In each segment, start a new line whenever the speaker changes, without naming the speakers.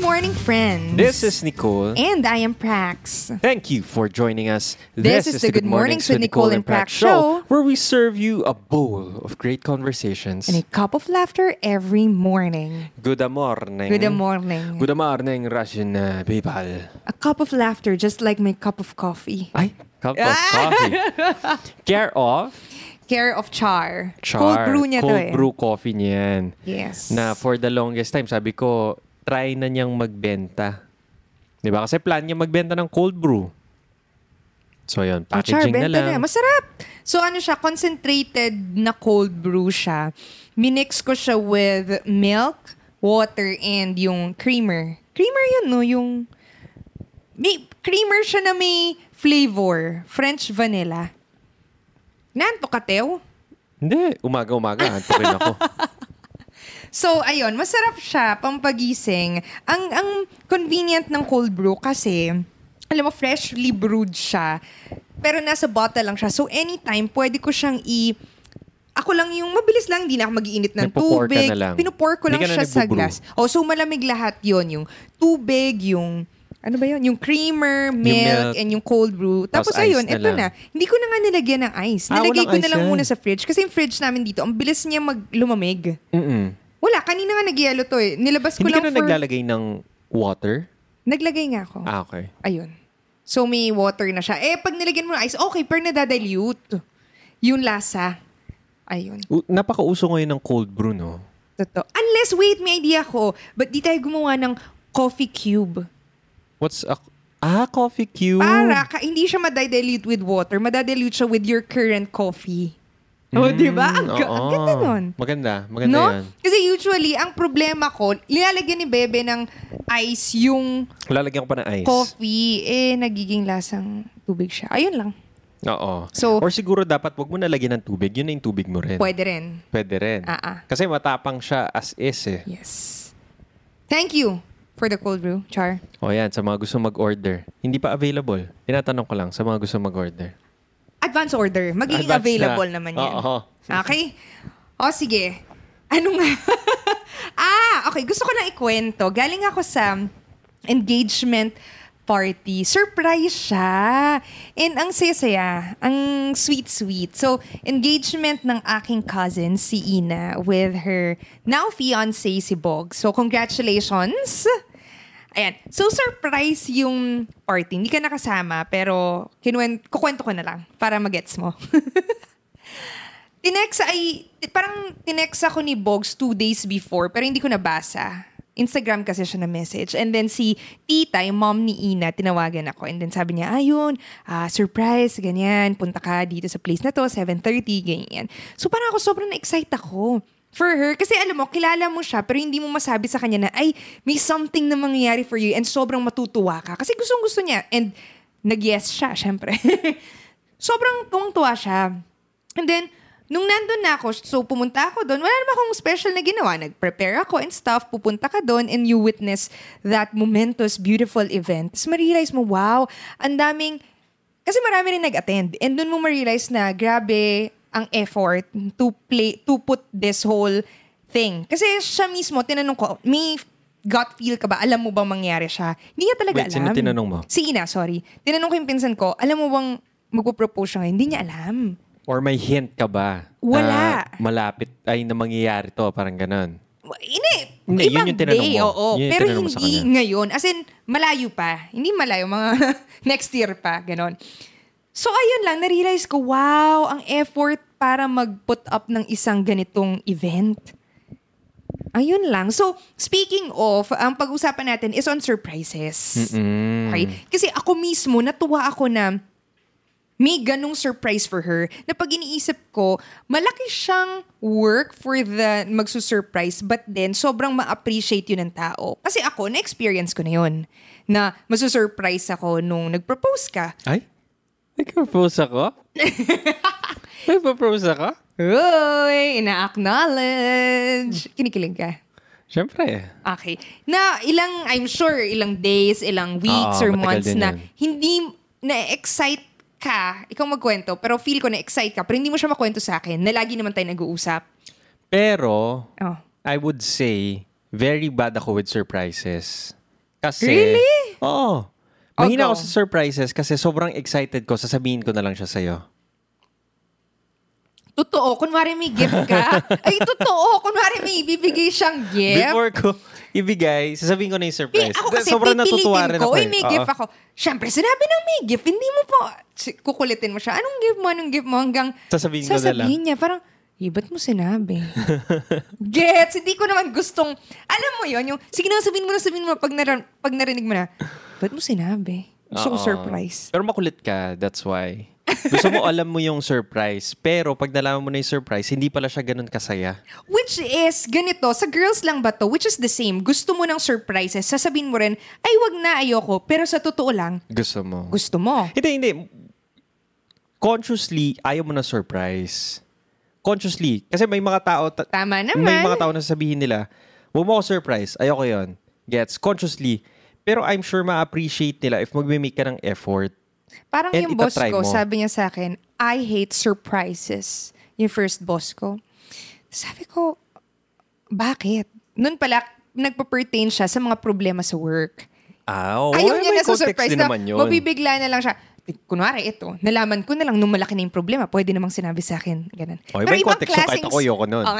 morning, friends.
This is Nicole.
And I am Prax.
Thank you for joining us.
This is the Good Mornings with Nicole and Prax show.
where we serve you a bowl of great conversations.
And a cup of laughter every morning.
Good morning.
Good morning.
Good morning, Russian uh, people.
A cup of laughter, just like my cup of coffee.
Ay, cup of coffee. Care of
Care of char. Cold
Char.
brew niya to
Cold
eh.
brew coffee niyan.
Yes.
Na for the longest time, sabi ko, try na niyang magbenta. Di ba? Kasi plan niya magbenta ng cold brew. So, yun.
Oh, char,
Packaging na
benta
lang.
na. Masarap. So ano siya, concentrated na cold brew siya. Minix ko siya with milk, water, and yung creamer. Creamer yun, no? Yung... May, creamer siya na may flavor. French vanilla. Nanto katew.
Hindi. Umaga-umaga. Anto rin ako.
So, ayun, masarap siya, pampagising. Ang, ang convenient ng cold brew kasi, alam mo, freshly brewed siya. Pero nasa bottle lang siya. So, anytime, pwede ko siyang i... Ako lang yung mabilis lang, hindi na ako mag-iinit ng
Nagpo-pour ka
tubig.
na lang.
Pinupour ko lang
Hindi ka na
siya sa
nagbo-brew.
glass. O, so malamig lahat yon Yung tubig, yung ano ba yun? Yung creamer, milk,
milk.
and yung cold brew.
Tapos
Tapos ayun,
ice na
eto na.
lang.
Hindi ko na nga nilagyan ng ice.
Ah,
Nilagay ko
walang
na
ice
lang
yan.
muna sa fridge. Kasi yung fridge namin dito, ang bilis niya mag lumamig.
Mm-mm.
Wala, kanina nga nag-yellow to eh. Nilabas ko
Hindi ka
lang
na
for...
naglalagay ng water?
Naglagay nga ako.
Ah, okay.
Ayun. So may water na siya. Eh, pag nilagyan mo ng ice, okay, pero nadadilute. Yung lasa. Ayun.
U- napakauso ngayon ng cold brew, no?
Totoo. Unless, wait, may idea ko. But di tayo gumawa ng coffee cube.
What's a... Ah, coffee cube.
Para ka, hindi siya madadilute with water. Madadilute siya with your current coffee. Oh, di ba? Ang, ga- ang
Mm, Oo.
ganda nun.
Maganda. Maganda
no?
yan.
Kasi usually, ang problema ko, nilalagyan ni Bebe ng ice yung
Lalagyan ko pa ng ice.
coffee, eh, nagiging lasang tubig siya. Ayun lang.
Oo.
So-
Or siguro dapat wag mo nalagyan ng tubig. Yun na yung tubig mo rin.
Pwede rin.
Pwede rin.
Ah, ah.
Kasi matapang siya as is eh.
Yes. Thank you for the cold brew, Char.
O yan, sa mga gusto mag-order. Hindi pa available. Tinatanong ko lang sa mga gusto mag-order.
Advance order. Magiging
Advance
available
na.
naman yan.
Oo.
Okay? O, sige. Ano nga? ah, okay. Gusto ko na ikwento. Galing ako sa engagement party. Surprise siya. And ang saya-saya. Ang sweet-sweet. So, engagement ng aking cousin, si Ina, with her now fiancé, si Bog. So, congratulations! Ayan. So, surprise yung party. Hindi ka nakasama, pero kinuen- kukwento ko na lang para magets mo. Tinex ay, parang tinex ako ni Bogs two days before, pero hindi ko nabasa. Instagram kasi siya na message. And then si tita, yung mom ni Ina, tinawagan ako. And then sabi niya, ayun, ah, surprise, ganyan, punta ka dito sa place na to, 7.30, ganyan. So parang ako sobrang na-excite ako for her. Kasi alam mo, kilala mo siya, pero hindi mo masabi sa kanya na, ay, may something na mangyayari for you and sobrang matutuwa ka. Kasi gustong gusto niya. And nag-yes siya, syempre. sobrang tuwang-tuwa siya. And then, nung nandun na ako, so pumunta ako doon, wala naman akong special na ginawa. Nag-prepare ako and stuff, pupunta ka doon and you witness that momentous, beautiful event. Tapos ma-realize mo, wow, ang daming, kasi marami rin nag-attend. And doon mo ma-realize na grabe ang effort to play, to put this whole thing. Kasi siya mismo, tinanong ko, may gut feel ka ba? Alam mo bang mangyari siya? Hindi niya talaga
Wait,
alam.
sino tinanong mo?
Si Ina, sorry. Tinanong ko yung pinsan ko, alam mo bang magpo-propose siya ngayon? Hindi niya alam.
Or may hint ka ba?
Wala.
Na malapit, ay, na mangyayari to. Parang ganun.
Hindi.
Hindi, yun
ibang
yung tinanong
day,
mo.
oo.
Yun yung
pero
tinanong mo sa
hindi
kanya.
ngayon. As in, malayo pa. Hindi malayo, mga next year pa, ganon. So, ayun lang, narealize ko, wow, ang effort para mag-put up ng isang ganitong event. Ayun lang. So, speaking of, ang pag-usapan natin is on surprises.
Mm.
Okay? Kasi ako mismo, natuwa ako na may ganong surprise for her na pag iniisip ko, malaki siyang work for the magsusurprise but then sobrang ma-appreciate yun ng tao. Kasi ako, na-experience ko na yun na masusurprise ako nung nag-propose ka.
Ay? Nag-propose ako? Nag-propose ako?
Uy, ina-acknowledge. Kinikilig ka.
Siyempre.
Okay. Na ilang, I'm sure, ilang days, ilang weeks
Oo,
or
Ah, matagal
months
din
na
yun.
hindi na-excite ka, ikaw magkwento, pero feel ko na-excite ka, pero hindi mo siya makwento sa akin na lagi naman tayo nag-uusap.
Pero,
Oh.
I would say, very bad ako with surprises. Kasi,
Really?
Oo.
Oh, go.
Mahina ako sa surprises kasi sobrang excited ko. Sasabihin ko na lang siya sa'yo.
Totoo, kunwari may gift ka. Ay, totoo, kunwari may bibigay siyang gift.
Before ko ibigay, sasabihin ko na yung
Pi-
surprise.
Eh, ako
Da-
kasi
sobrang
pipilitin
natutuwa rin
ko,
ako.
uy,
eh.
may
Oo.
gift ako. Siyempre, sinabi ng may gift, hindi mo po, si- kukulitin mo siya. Anong gift mo, anong gift mo, hanggang
Sasabihin ko na lang.
sasabihin niya, parang, eh, ba't mo sinabi? Gets, hindi ko naman gustong, alam mo yon yung, sige na, sabihin mo na, sabihin mo, na, pag, naran, pag narinig mo na, ba't mo sinabi? So
Oo.
surprise.
Pero makulit ka, that's why. Gusto mo alam mo yung surprise, pero pag nalaman mo na yung surprise, hindi pala siya ganun kasaya.
Which is, ganito, sa girls lang ba to, which is the same, gusto mo ng surprises, sasabihin mo rin, ay, wag na, ayoko, pero sa totoo lang,
Gusto mo.
gusto mo.
Hindi, hindi. Consciously, ayaw mo na surprise. Consciously. Kasi may mga tao... ta-
Tama
May
naman.
mga tao na sasabihin nila, huwag mo ako surprise. Ayoko yon Gets? Consciously. Pero I'm sure ma-appreciate nila if mag-make ka ng effort.
Parang
And
yung boss
itatry
ko,
mo.
sabi niya sa akin, I hate surprises. Yung first boss ko. Sabi ko, bakit? Noon pala, nagpa-pertain siya sa mga problema sa work.
Ah, oo.
Ayaw
Eh,
niya
may
na sa
context
surprise
din
na
naman yun.
mabibigla na lang siya. Eh, Kunwari ito, nalaman ko na lang nung malaki na yung problema, pwede namang sinabi sa akin. Ganun.
Okay, may context yun, kahit ako ayoko nun.
Oh.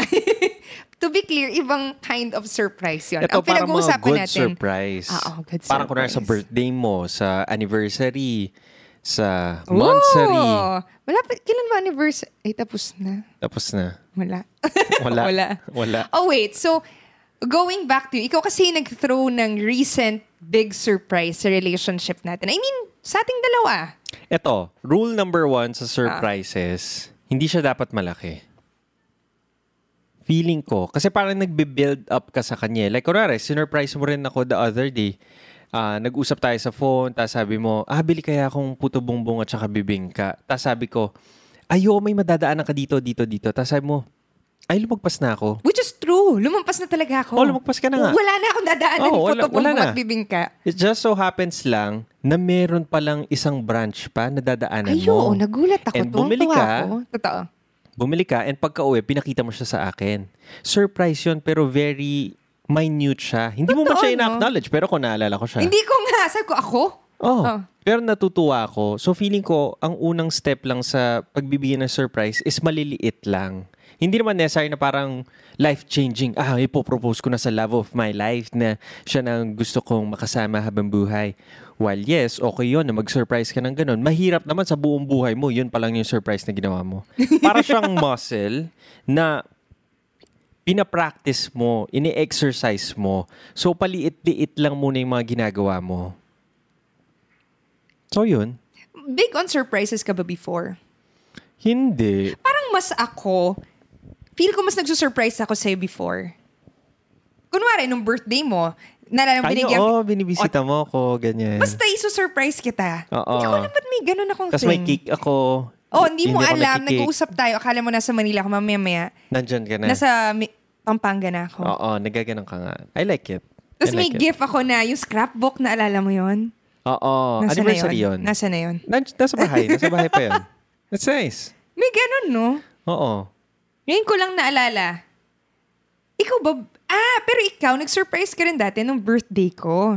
to be clear, ibang kind of surprise yun.
Ito
Ang
parang mga
pinag-uusapan
good
natin.
surprise.
Ah, oh, good
Parang kunwari sa
surprise.
birthday mo, sa anniversary, sa
Oo!
monthsary.
Wala pa, kailan ba anniversary? Ay, tapos na.
Tapos na.
Wala.
Wala.
Wala.
Wala.
Oh, wait. So, going back to you, ikaw kasi nag-throw ng recent big surprise sa relationship natin. I mean, sa ating dalawa.
Eto, rule number
Ah.
one sa surprises, hindi siya dapat malaki. Feeling ko. Kasi parang nagbe-build up ka sa kanya. eh. Like, kunwari, sinurprise mo rin ako the other day. Ah, nag-usap tayo sa phone, tapos sabi mo, ah, bili kaya akong puto bumbong at saka bibingka. Tapos sabi ko, ayo, may madadaanan ka dito, dito, dito. Tapos sabi mo, ay, lumagpas na ako.
Which is true. Lumampas na talaga ako.
Oh, lumagpas ka na nga.
Wala na akong dadaanan.
Oh,
Oh,
wala-
wala,
wala na.
At bibingka.
It just so happens lang na meron palang isang branch pa na dadaanan
Ay,
mo.
oo. Nagulat ako.
And
Tuwang-tuwa
bumili ka,
Ako. Totoo.
Bumili ka and pagka-uwi, pinakita mo siya sa akin. Surprise yun, pero very minute siya. Hindi mo man
Totoo,
siya
no?
ina-acknowledge, pero kung naalala ko siya.
Hindi ko nga. Sabi ko, ako?
Oh,
Oh.
Pero natutuwa ako. So feeling ko, ang unang step lang sa pagbibigyan ng surprise is maliliit lang. Hindi naman necessary na parang life-changing. Ah, ipopropose ko na sa love of my life na siya na ang gusto kong makasama habang buhay. While yes, okay yon na mag-surprise ka ng ganun. Mahirap naman sa buong buhay mo, yun pa lang yung surprise na ginawa mo. Para siyang muscle na pinapractice mo, ini-exercise mo. So, paliit-liit lang muna yung mga ginagawa mo. So, yun.
Big on surprises ka ba before?
Hindi.
parang mas ako, feel ko mas nagsusurprise ako sa'yo before. Kunwari, nung birthday mo, nalala mo,
Ay,
binigyan
oo, binibisita mo ako, ganyan.
Basta isusurprise kita.
Oo.
Hindi ko alam ba't may ganun akong
Tapos may
thing.
cake ako.
Oh, hindi mo
ako
alam.
nagki-cake.
Nag-uusap tayo. Akala mo nasa Manila ako mamaya-maya.
Nandyan ka na.
Nasa Mi- Pampanga na ako.
Oo, nagaganang ka nga. I like it.
Tapos
I
may
like it.
gift ako na yung scrapbook. Naalala mo yun? Nasaan
Oo, Oh, anniversary yun.
Nasa na yun?
Nan- nasa bahay. Nasa bahay pa yun. That's nice.
May ganun, no?
Oo.
Ngayon ko lang naalala. Ikaw ba? Ah, pero ikaw, nag-surprise ka rin dati nung birthday ko.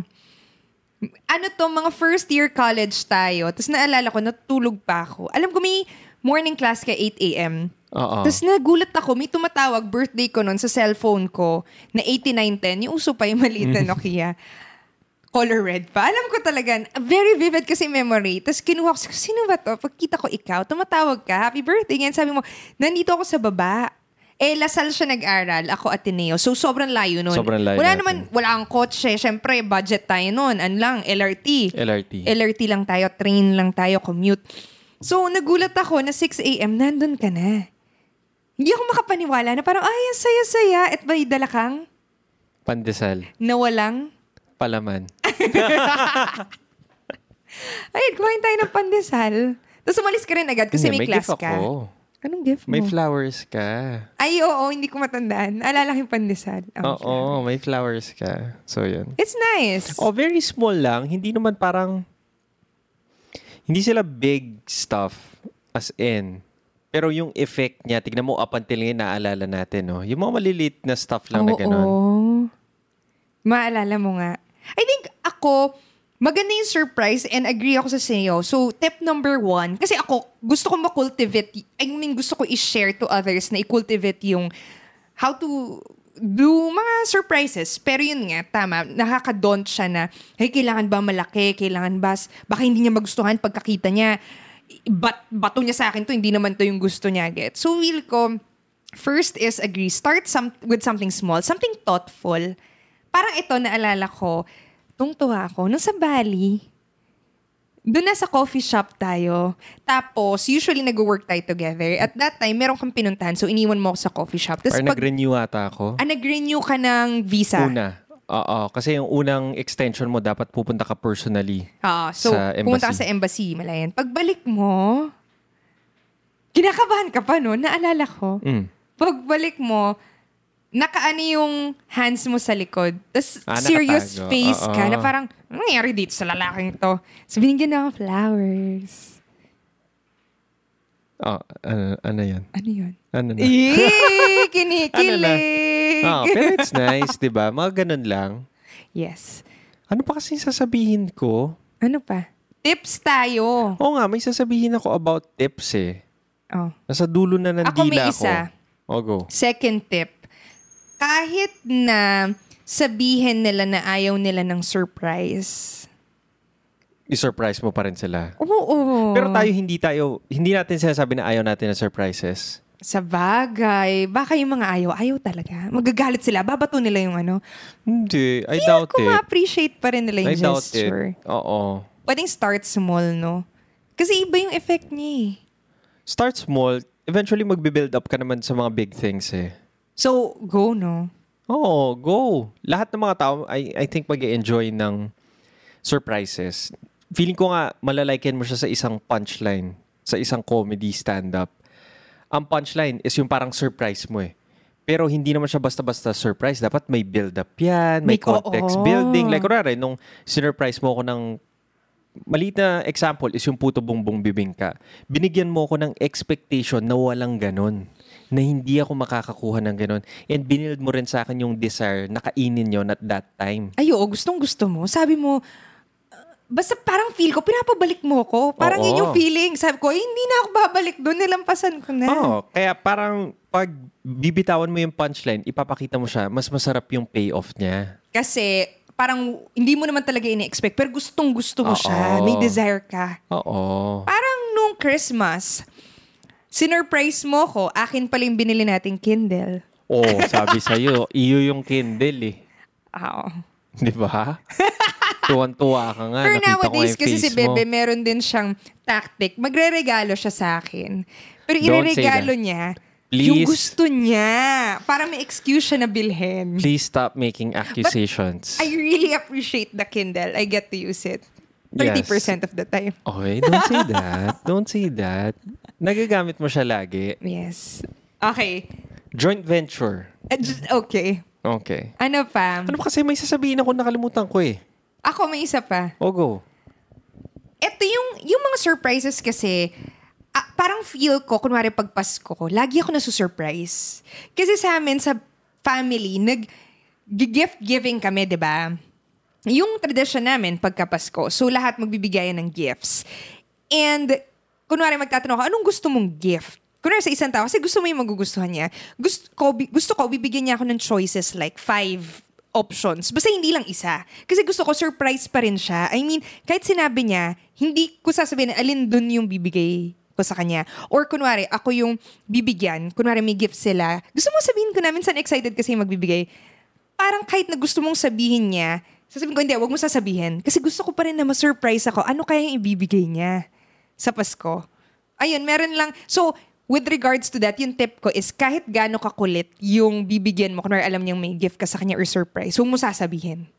Ano to, mga first year college tayo. Tapos naalala ko, natulog pa ako. Alam ko may morning class ka 8 a.m.
Oo.
Tapos nagulat ako, may tumatawag birthday ko noon sa cellphone ko na 8910. Yung uso pa yung maliit
Mm.
na Nokia. Color red pa. Alam ko talaga, very vivid kasi memory. Tapos kinuha ko, sino ba to? Pagkita ko ikaw, tumatawag ka, happy birthday. Ngayon sabi mo, nandito ako sa baba. Eh, Lasal siya nag-aral, ako Ateneo. So, sobrang layo nun.
Sobrang layo
Wala
natin.
naman, wala kang kotse. Siyempre, budget tayo nun. Ano lang, LRT.
LRT.
LRT lang tayo, train lang tayo, commute. So, nagulat ako na 6 a.m., nandun ka na. Hindi ako makapaniwala na parang, ay, ang saya-saya. At ba'y dalakang?
Pandesal.
Nawalang?
Palaman.
Ah, Ay, kumain tayo ng pandesal. Tapos umalis ka rin agad kasi may,
Hindi,
class
gift
ka. Hmm.
ako.
Anong gift mo?
May flowers ka.
ay, oo, hindi ko matandaan. Alala ko yung pandesal. Oh,
Oo, may flowers ka. So, yun.
It's nice.
Oh, very small lang. Hindi naman parang... Hindi sila big stuff as in. Pero yung effect niya, tignan mo up until ngayon naalala natin, no? Yung mga maliliit na stuff lang na
Oo.
ganun.
Maalala mo nga. I think ako, maganda yung surprise and agree ako sa sa'yo. So, tip number one, kasi ako, gusto ko makultivate, I mean, gusto ko i-share to others na i-cultivate yung how to do mga surprises. Pero yun nga, tama, nakakadont siya na, hey, kailangan ba malaki? Kailangan ba, s- baka hindi niya magustuhan pagkakita niya. But, bato niya sa akin to, hindi naman to yung gusto niya get. So, will ko, first is agree. Start some, with something small, something thoughtful. Parang ito, naalala ko, tungtuwa ako, nung sa Bali, doon na sa coffee shop tayo. Tapos, usually nag-work tayo together. At that time, meron kang pinuntahan. So, iniwan mo ako sa coffee shop. Tapos,
Or
pag,
nag-renew ata ako.
ah, nag-renew ka ng visa.
Una. Oo, kasi yung unang extension mo dapat pupunta ka personally.
Ah, so,
Sa embassy.
pumunta ka sa embassy, malayan. Pagbalik mo, kinakabahan ka pa, no? Naalala ko.
Mm.
Pagbalik mo, nakaano yung hands mo sa likod. Tapos
Ah,
serious
nakatago.
face ka
Oo.
na parang, ano nangyari dito sa lalaking to? So, binigyan na ako flowers.
Oh, ano, ano yan?
Ano yun?
Ano na?
Eh, kinikilig!
Ano Oo, pero it's nice, di ba? Mga ganun lang.
yes.
Ano pa kasi sasabihin ko?
Ano pa? Tips tayo.
Oo nga, may sasabihin ako about tips eh.
Oh.
Nasa dulo na ng
Ako may
dila
isa.
ko. O, go.
Second tip, kahit na sabihin nila na ayaw nila ng surprise.
I-surprise mo pa rin sila.
Oo.
Pero tayo hindi tayo, hindi natin sinasabi na ayaw natin ng surprises.
Sa bagay, baka yung mga ayaw, ayaw talaga. Magagalit sila, babato nila yung ano.
Hindi, I
Feel
doubt
ko
it.
ma-appreciate pa rin nila
I
yung
doubt it.
gesture.
Oo.
Pwedeng start small, no? Kasi iba yung effect niya eh.
Start small, eventually magbe-build up ka naman sa mga big things eh.
So, go, no?
Oo, go. Lahat ng mga tao, I, I think mag enjoy ng surprises. Feeling ko nga, malalaikin mo siya sa isang punchline, sa isang comedy stand-up. Ang punchline is yung parang surprise mo eh. Pero hindi naman siya basta-basta surprise. Dapat may build-up yan, may
May- oo.
context building. Like, kunwari, nung sinurprise mo ako ng maliit na example is yung puto bumbong bibingka. Binigyan mo ako ng expectation na walang ganon. Na hindi ako makakakuha ng ganon. And binild mo rin sa akin yung desire na kainin yon at that time.
Ay, oo, gustong gusto mo. Sabi mo, uh, basta parang feel ko, pinapabalik mo ko. Parang
Oo.
yun yung feeling. Sabi ko, "Ay, hindi na ako babalik doon. Nilampasan ko na.
Oo. Oh, Kaya parang pag bibitawan mo yung punchline, ipapakita mo siya, mas masarap yung payoff niya.
Kasi parang hindi mo naman talaga ini-expect pero gustong gusto mo
Oo.
siya. May desire ka.
Oo.
Parang nung Christmas, sinurprise mo ko, akin pala yung binili nating Kindle.
Oo, sabi sa'yo, iyo yung Kindle eh.
Oo.
Di ba? Tuwan-tuwa ka nga.
Pero
Ah, nakita ko nga
nowadays
yung
kasi si
face mo.
Bebe, meron din siyang tactic. Magre-regalo siya sa akin. Pero
Don't say
ireregalo
that.
niya yung
Please.
gusto niya. Para may excuse siya na bilhin.
Please stop making accusations.
I really appreciate the Kindle. I get to use it. 30% of the time.
Okay, don't say that. don't say that. Nagagamit mo siya lagi.
Yes. Okay.
Joint venture.
Uh, j- Okay.
Okay.
Ano pa?
Ano ba kasi may sasabihin ako nakalimutan ko eh.
Ako may isa pa.
O go.
Ito yung, yung mga surprises kasi, ah, parang feel ko, kunwari pag Pasko ko, lagi ako nasusurprise. Kasi sa amin, sa family, nag gift giving kami, di ba? Yung tradisyon namin pagka Pasko. So lahat magbibigayan ng gifts. And kunwari magtatanong ako, anong gusto mong gift? Kunwari sa isang tao, kasi gusto mo yung magugustuhan niya. Gusto ko, bi- gusto ko, bibigyan niya ako ng choices like five options. Basta hindi lang isa. Kasi gusto ko, surprise pa rin siya. I mean, kahit sinabi niya, hindi ko sasabihin na alin dun yung bibigay ko sa kanya. Or kunwari, ako yung bibigyan. Kunwari, may gift sila. Gusto mo sabihin ko na, minsan excited kasi yung magbibigay. Parang kahit na gusto mong sabihin niya, sasabihin ko, hindi, wag mo sasabihin. Kasi gusto ko pa rin na ma-surprise ako. Ano kaya yung ibibigay niya? sa Pasko. Ayun, meron lang. So, with regards to that, yung tip ko is kahit gaano kakulit yung bibigyan mo, kunwari alam niyang may gift ka sa kanya or surprise, huwag mo sasabihin.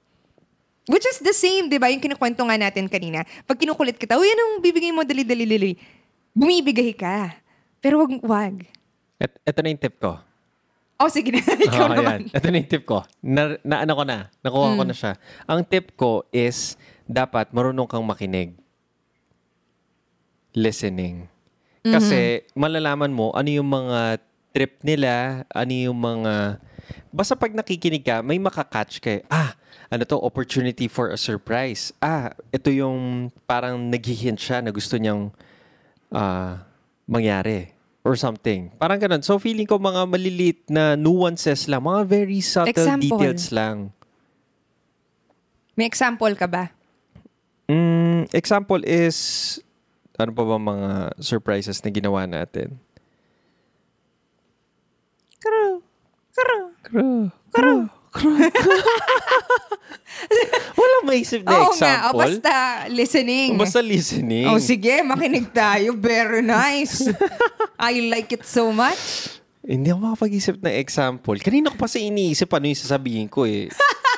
Which is the same, di ba? Yung kinukwento nga natin kanina. Pag kinukulit kita, uy, anong bibigay mo? Dali, dali, dali. Bumibigay ka. Pero wag, wag.
Et, eto na yung tip ko.
Oh, sige na. Ikaw
Oo,
naman. Hmm.
yan. Ah, Ito na yung tip ko. Na, na- ano ko na. Nakuha ko na siya. Ang tip ko is, dapat marunong kang makinig. Listening. Kasi, malalaman mo ano yung mga trip nila, ano yung mga basta pag nakikinig ka, may makakatch ka eh. Ah, ano to, opportunity for a surprise. Ah, ito yung parang naghihint siya na gusto niyang ah, mangyari or something. Parang ganun. So feeling ko mga maliliit na nuances lang, mga very subtle
Example.
details lang.
May example ka ba?
Mm, example is, ano pa ba mga surprises na ginawa natin?
Karo. Karo.
Kro. Kro. Kro. Wala maisip na
Oo nga, o
example.
basta eh. Oh, listening.
Basta listening.
O sige, makinig tayo. Very nice. I like it so much.
Hindi ako makapag-isip ng example. Kanina ko pa sa iniisip ano yung sasabihin ko eh.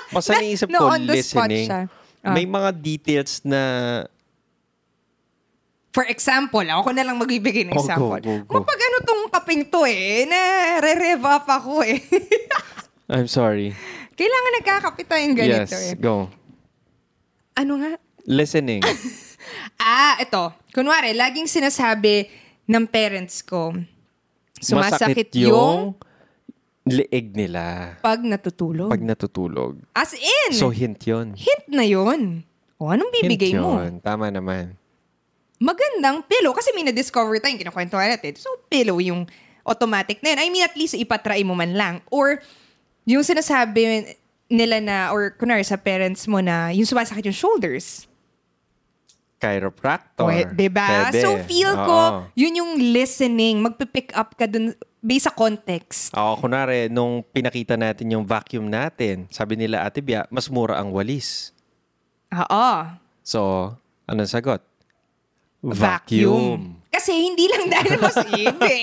Basta iniisip
No,
ko
on the spot
listening.
siya. Ah.
May mga details na
For example, ako na lang magbibigay ng
Oh, go,
example.
go, go.
Mapag ano tong kaping to eh, na re-rev up ako eh.
I'm sorry.
Kailangan nagkakapit tayong ganito eh.
yes, go.
Ano nga?
Listening.
Ah, ito. Kunwari, laging sinasabi ng parents ko, sumasakit yung
leeg nila
pag natutulog.
pag natutulog.
As in,
So hint yun.
hint na yon. O, anong bibigay
hint
mo?
yun. Tama naman.
magandang pillow. Kasi may na-discover tayong kinukwento natin. So, pillow yung automatic na yun. I mean, at least ipatry mo man lang. Or, yung sinasabi nila na, or kunwari sa parents mo na, yung sumasakit yung shoulders.
Chiropractor.
Pwe- diba?
Pwede.
So, feel ko,
Oo.
yun yung listening. Magpipick up ka dun based sa context.
Ako, kunwari, nung pinakita natin yung vacuum natin, sabi nila, Ate Bia, mas mura ang walis.
Oo.
So, anong sagot?
Kasi hindi lang dahil mas ibe.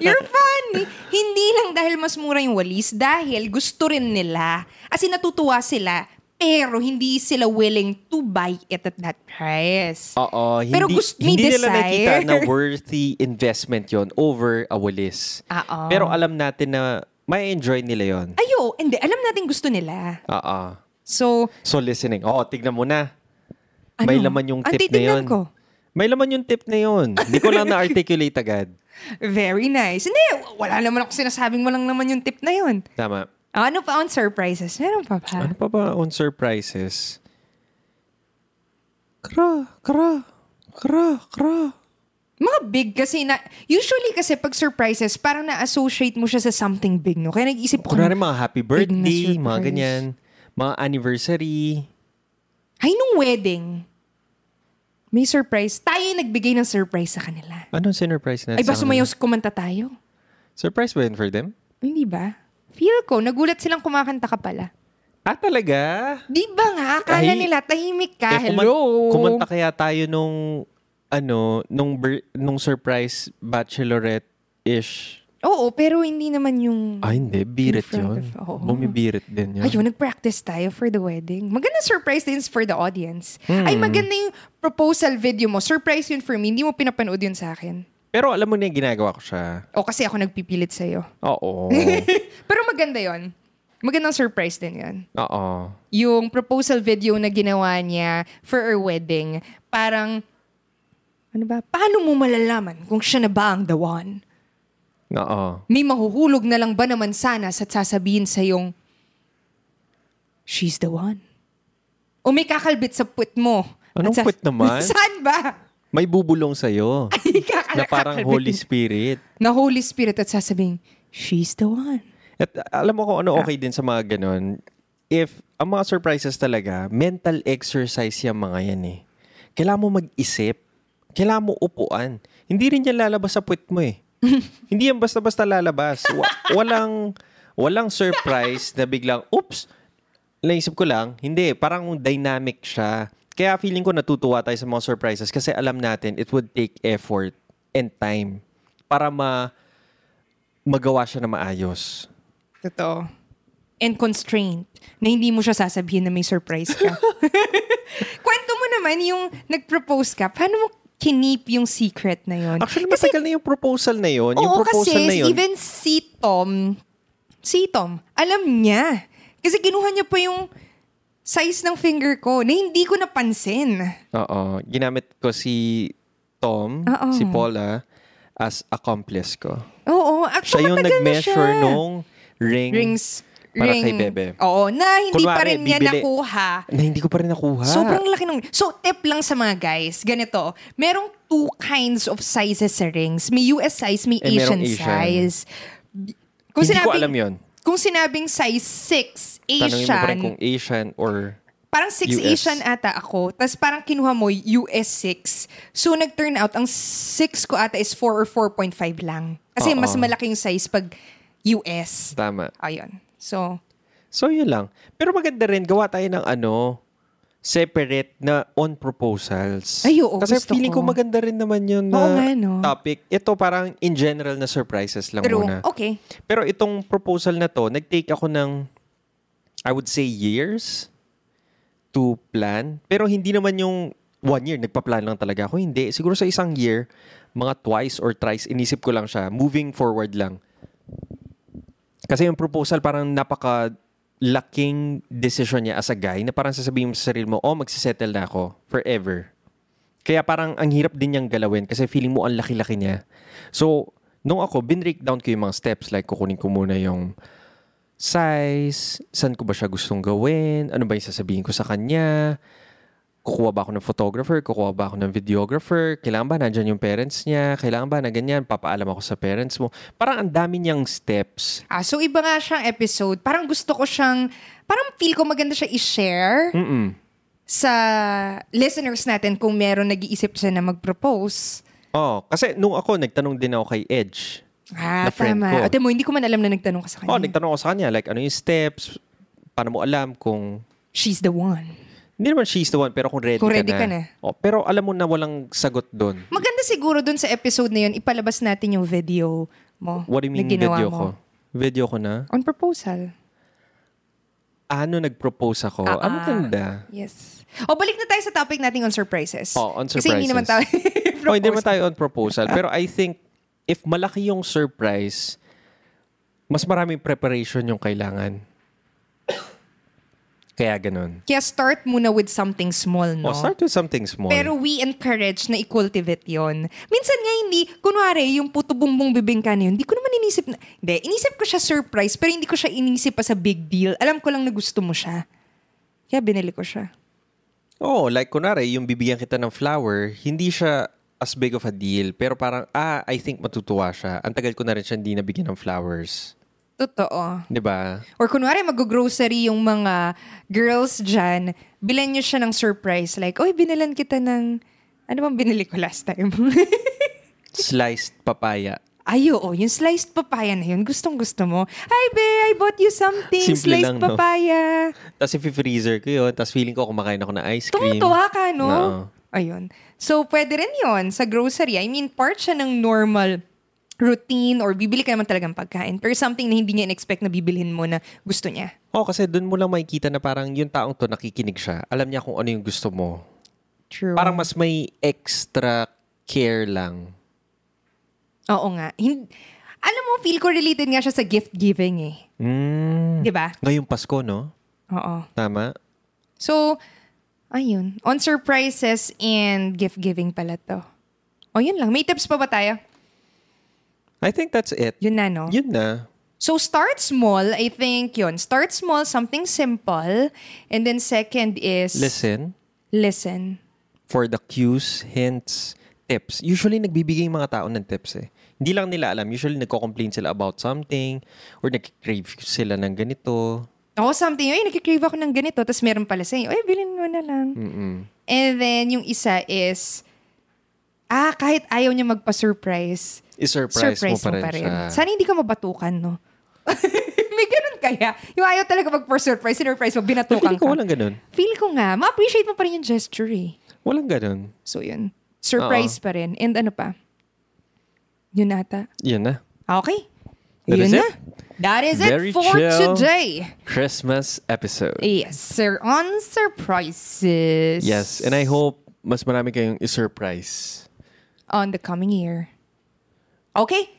You're funny. Hindi lang dahil mas mura yung walis, dahil gusto rin nila. As in, natutuwa sila, pero hindi sila willing to buy it at that price.
Oo, hindi,
Pero gusto- may
hindi nila
desire.
nakita na worthy investment yon over a walis.
Oo.
Pero alam natin na may enjoy nila yon.
Ayo, hindi. Alam natin gusto nila.
Oo.
So,
So, listening. Oo, tignan mo na.
Ano?
May laman yung
Ang
tip na
titignan
yon.
ko.
May laman yung tip na yon. Hindi ko lang na-articulate agad.
very nice. Hindi, wala naman ako sinasabing walang naman yung tip na yun.
Tama.
Ah, Ano pa on surprises? Meron pa ba?
Ano pa ba on surprises? Kra, kra, kra, kra.
Mga big kasi na, usually kasi pag surprises, parang na-associate mo siya sa something big, no? Kaya nag-isip ko,
Kunwari mga happy birthday, mga
surprise.
ganyan. Mga anniversary.
ay, nung wedding, may surprise. Tayo yung nagbigay ng surprise sa kanila.
Anong sinurprise
Ay,
natin?
ba
sa kanila?
sumayaw kumanta tayo?
Surprise win for them?
Hindi ba? Feel ko, nagulat silang kumakanta ka pala.
Ah, talaga?
Di ba nga? Akala
Ay.
nila tahimik ka.
Eh, kuman-
Hello!
Kumanta kaya tayo nung, ano, nung, bir- nung surprise bachelorette-ish.
Oo, pero hindi naman yung...
Ay, Ah, hindi. Birit
Mm-hmm. In front
yun.
of- oo.
Bumibirit din yun.
Ayun, nag-practice tayo for the wedding. Maganda surprise din for the audience. Ay,
Hmm.
maganda yung proposal video mo. Surprise yun for me. Hindi mo pinapanood yun sa akin.
Pero alam mo na yung ginagawa ko siya.
O kasi ako nagpipilit sa'yo.
Oo.
Pero maganda yon. Magandang surprise din yon.
Oo.
Yung proposal video na ginawa niya for her wedding, parang, ano ba, paano mo malalaman kung siya na ba ang the one?
Oo.
May mahuhulog na lang ba naman sana sa sasabihin sa yung, she's the one. O may kakalbit sa puwit mo.
Anong
At sa-
puwit naman?
Saan ba?
May bubulong sa'yo.
Ay, kakala-
na parang
kakalbit
Holy
mo.
Spirit.
Na Holy Spirit at sasabing, she's the one.
At alam mo kung ano okay din sa mga ganun, if ang mga surprises talaga, mental exercise yung mga yan eh. Kailangan mo mag-isip. Kailangan mo upuan. Hindi rin yan lalabas sa puwet mo eh. Hindi yan basta-basta lalabas. Wa- walang, walang surprise na biglang, oops, naisip ko lang, hindi, parang dynamic siya. Kaya feeling ko natutuwa tayo sa mga surprises kasi alam natin it would take effort and time para ma magawa siya na maayos.
Totoo. And constraint. Na hindi mo siya sasabihin na may surprise ka. Kwento mo naman yung nag-propose ka. Paano mo kinip yung secret na yun?
Actually, matagal na yung proposal na yun. yung
Oo,
proposal
kasi
na yun.
even si Tom, si Tom, alam niya. Kasi kinuha niya pa yung size ng finger ko na hindi ko napansin.
Oo. Ginamit ko si Tom,
Oo.
si Paula, as accomplice ko.
Oo, actually
Siya yung
matagal na
nag-measure
siya.
nung ring,
Rings.
para
ring,
kay Bebe.
Oo, na hindi pa
Kunwari,
rin niya
bibili.
nakuha.
na hindi ko pa rin nakuha.
Sobrang laki ng... So, tip lang sa mga guys, ganito. Merong two kinds of sizes sa rings. May US size, may
Eh, merong
Asian,
Asian.
size. Kung
hindi ko
sinabing-
alam yon.
Kung sinabing size 6
Tanungin mo pa
Asian,
rin kung Asian or...
parang 6
US.
Asian ata ako. Tapos parang kinuha mo US 6. So, nag-turn out, ang 6 ko ata is 4 or 4.5 lang. Kasi
Oo.
mas malaki yung size pag US.
Tama.
Ayun. So,
So, yun lang. Pero maganda rin, gawa tayo ng ano, separate na on proposals.
Ay, oo,
Kasi
gusto
feeling ko.
ko.
maganda rin naman yun na
Oo nga, no?
topic. Ito parang in general na surprises lang
true.
muna.
Okay.
Pero itong proposal na to, nag-take ako ng, I would say, years to plan. Pero hindi naman yung one year, nagpa-plan lang talaga ako. Hindi. Siguro sa isang year, mga twice or thrice, inisip ko lang siya. Moving forward lang. Kasi yung proposal parang napaka laking decision niya as a guy na parang sasabihin mo sa sarili mo, oh, magsisettle na ako forever. Kaya parang ang hirap din niyang galawin kasi feeling mo ang laki-laki niya. So, nung ako, binrake down ko yung mga steps. Like, kukunin ko muna yung size, saan ko ba siya gustong gawin, ano ba yung sasabihin ko sa kanya, kukuha ba ako ng photographer, kukuha ba ako ng videographer, kailangan ba nandyan yung parents niya, kailangan ba na ganyan, papaalam ako sa parents mo. Parang ang dami niyang steps
Ah, so iba nga siyang episode. Parang gusto ko siyang, parang feel ko maganda siya i-share
Mm-mm.
sa listeners natin kung meron nag-iisip siya na mag-propose.
Oh, kasi nung ako, nagtanong din ako kay Edge.
Ah,
Na friend ko.
tama. O, mo, hindi ko man alam na nagtanong ka sa
Oh,
kanya.
nagtanong ako sa kanya, like, ano yung steps? Paano mo alam kung...
She's the one.
Hindi naman she's the one, pero kung ready,
Kung ready ka
ka, na.
na.
Oh, pero alam mo na walang sagot doon.
Maganda siguro dun sa episode na yun, ipalabas natin yung video mo.
What do you mean
na ginawa
video
mo.
ko? Video ko na?
On proposal.
Ano nag-propose ako?
Ah,
Ang
ah.
ganda.
Yes. O, balik na tayo sa topic natin on surprises.
Oh, on
Kasi hindi
surprises.
naman tayo
Oh, hindi naman
proposal.
tayo on proposal. pero I think, if malaki yung surprise, mas maraming preparation yung kailangan. Kaya ganun.
Kaya start muna with something small, no?
Oh, start with something small.
Pero we encourage na i-cultivate yon. Minsan nga hindi, kunwari, yung puto bumbong bibingka na yun, hindi ko naman inisip na, hindi, inisip ko siya surprise, pero hindi ko siya inisip pa sa big deal. Alam ko lang na gusto mo siya. Kaya binili ko siya.
Oh, like kunwari, yung bibigyan kita ng flower, hindi siya as big of a deal. Pero parang, ah, I think matutuwa siya. Ang tagal ko na rin siya hindi nabigyan ng flowers.
Totoo.
'Di ba?
Or kunwari, mag-grocery yung mga girls dyan, bilan nyo siya ng surprise. Like, oy, binilan kita ng, ano bang binili ko last time?
Sliced papaya.
Ay, oo. Yung sliced papaya na yun, gustong-gusto mo. Hi, babe, I bought you something.
Simple
sliced
lang, no?
papaya.
Tapos i-freezer ko yun. Tapos feeling ko kumakain ako ng ice cream.
Tumutuwa ka, no?
Oo.
Ayun. So, pwede rin yon sa grocery. I mean, part siya ng normal routine or bibili ka naman talagang pagkain. Pero something na hindi niya in-expect na bibilhin mo na gusto niya.
Oh, kasi doon mo lang makikita na parang yung taong to nakikinig siya. Alam niya kung ano yung gusto mo.
True.
Parang mas may extra care lang.
Oo nga. Hin- alam mo, feel ko related nga siya sa gift giving eh.
Mm.
Di ba?
Ngayong Pasko, no?
Oo.
Tama?
So, ayun. On surprises and gift giving pala to. O, yun lang. May tips pa ba tayo?
I think that's it.
Yun na, no?
Yun na.
So start small, I think yun. Start small, something simple. And then second is
Listen.
listen.
for the cues, hints, tips. Usually, nagbibigay yung mga tao ng tips eh. Hindi lang nila alam. Usually, nagko-complain sila about something or nag-crave sila ng ganito.
Ako Oh, something, ay, nakikrave ako ng ganito, tapos meron pala sa'yo, ay, bilhin mo na lang.
Mm-mm.
And then yung isa is, ah, kahit ayaw niya magpa-surprise,
I-surprise
surprise
mo pa rin, siya.
Sana hindi ka mabatukan, no? May ganun kaya? Yung ayaw talaga magpa-surprise, surprise mo, binatukan
Feeling ko
ka.
walang ganun.
Feel ko nga, ma-appreciate mo pa rin yung gesture eh.
Walang ganun.
So yun, surprise pa rin. And ano pa? Yun ata.
Yan na.
Okay.
That
Yun
is
na.
it.
That is
Very
it for
chill.
today.
Christmas episode.
Yes, sir. On surprises.
Yes. And I hope mas marami kayong i-surprise.
On the coming year. Okay.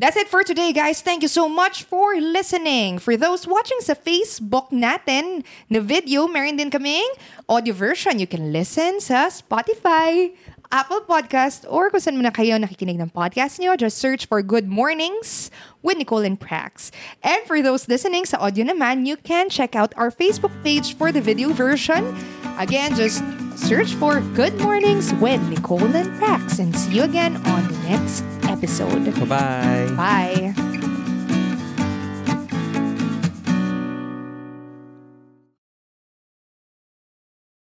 That's it for today, guys. Thank you so much for listening. For those watching sa Facebook natin na video, meron din kaming audio version. You can listen sa Spotify, Apple Podcast, or kung saan man na kayo nakikinig ng podcast niyo, just search for Good Mornings with Nicole and Prax. And for those listening sa audio naman, you can check out our Facebook page for the video version. Again, just search for Good Mornings with Nicole and Prax and see you again on the next episode.
Bye-bye.
Bye!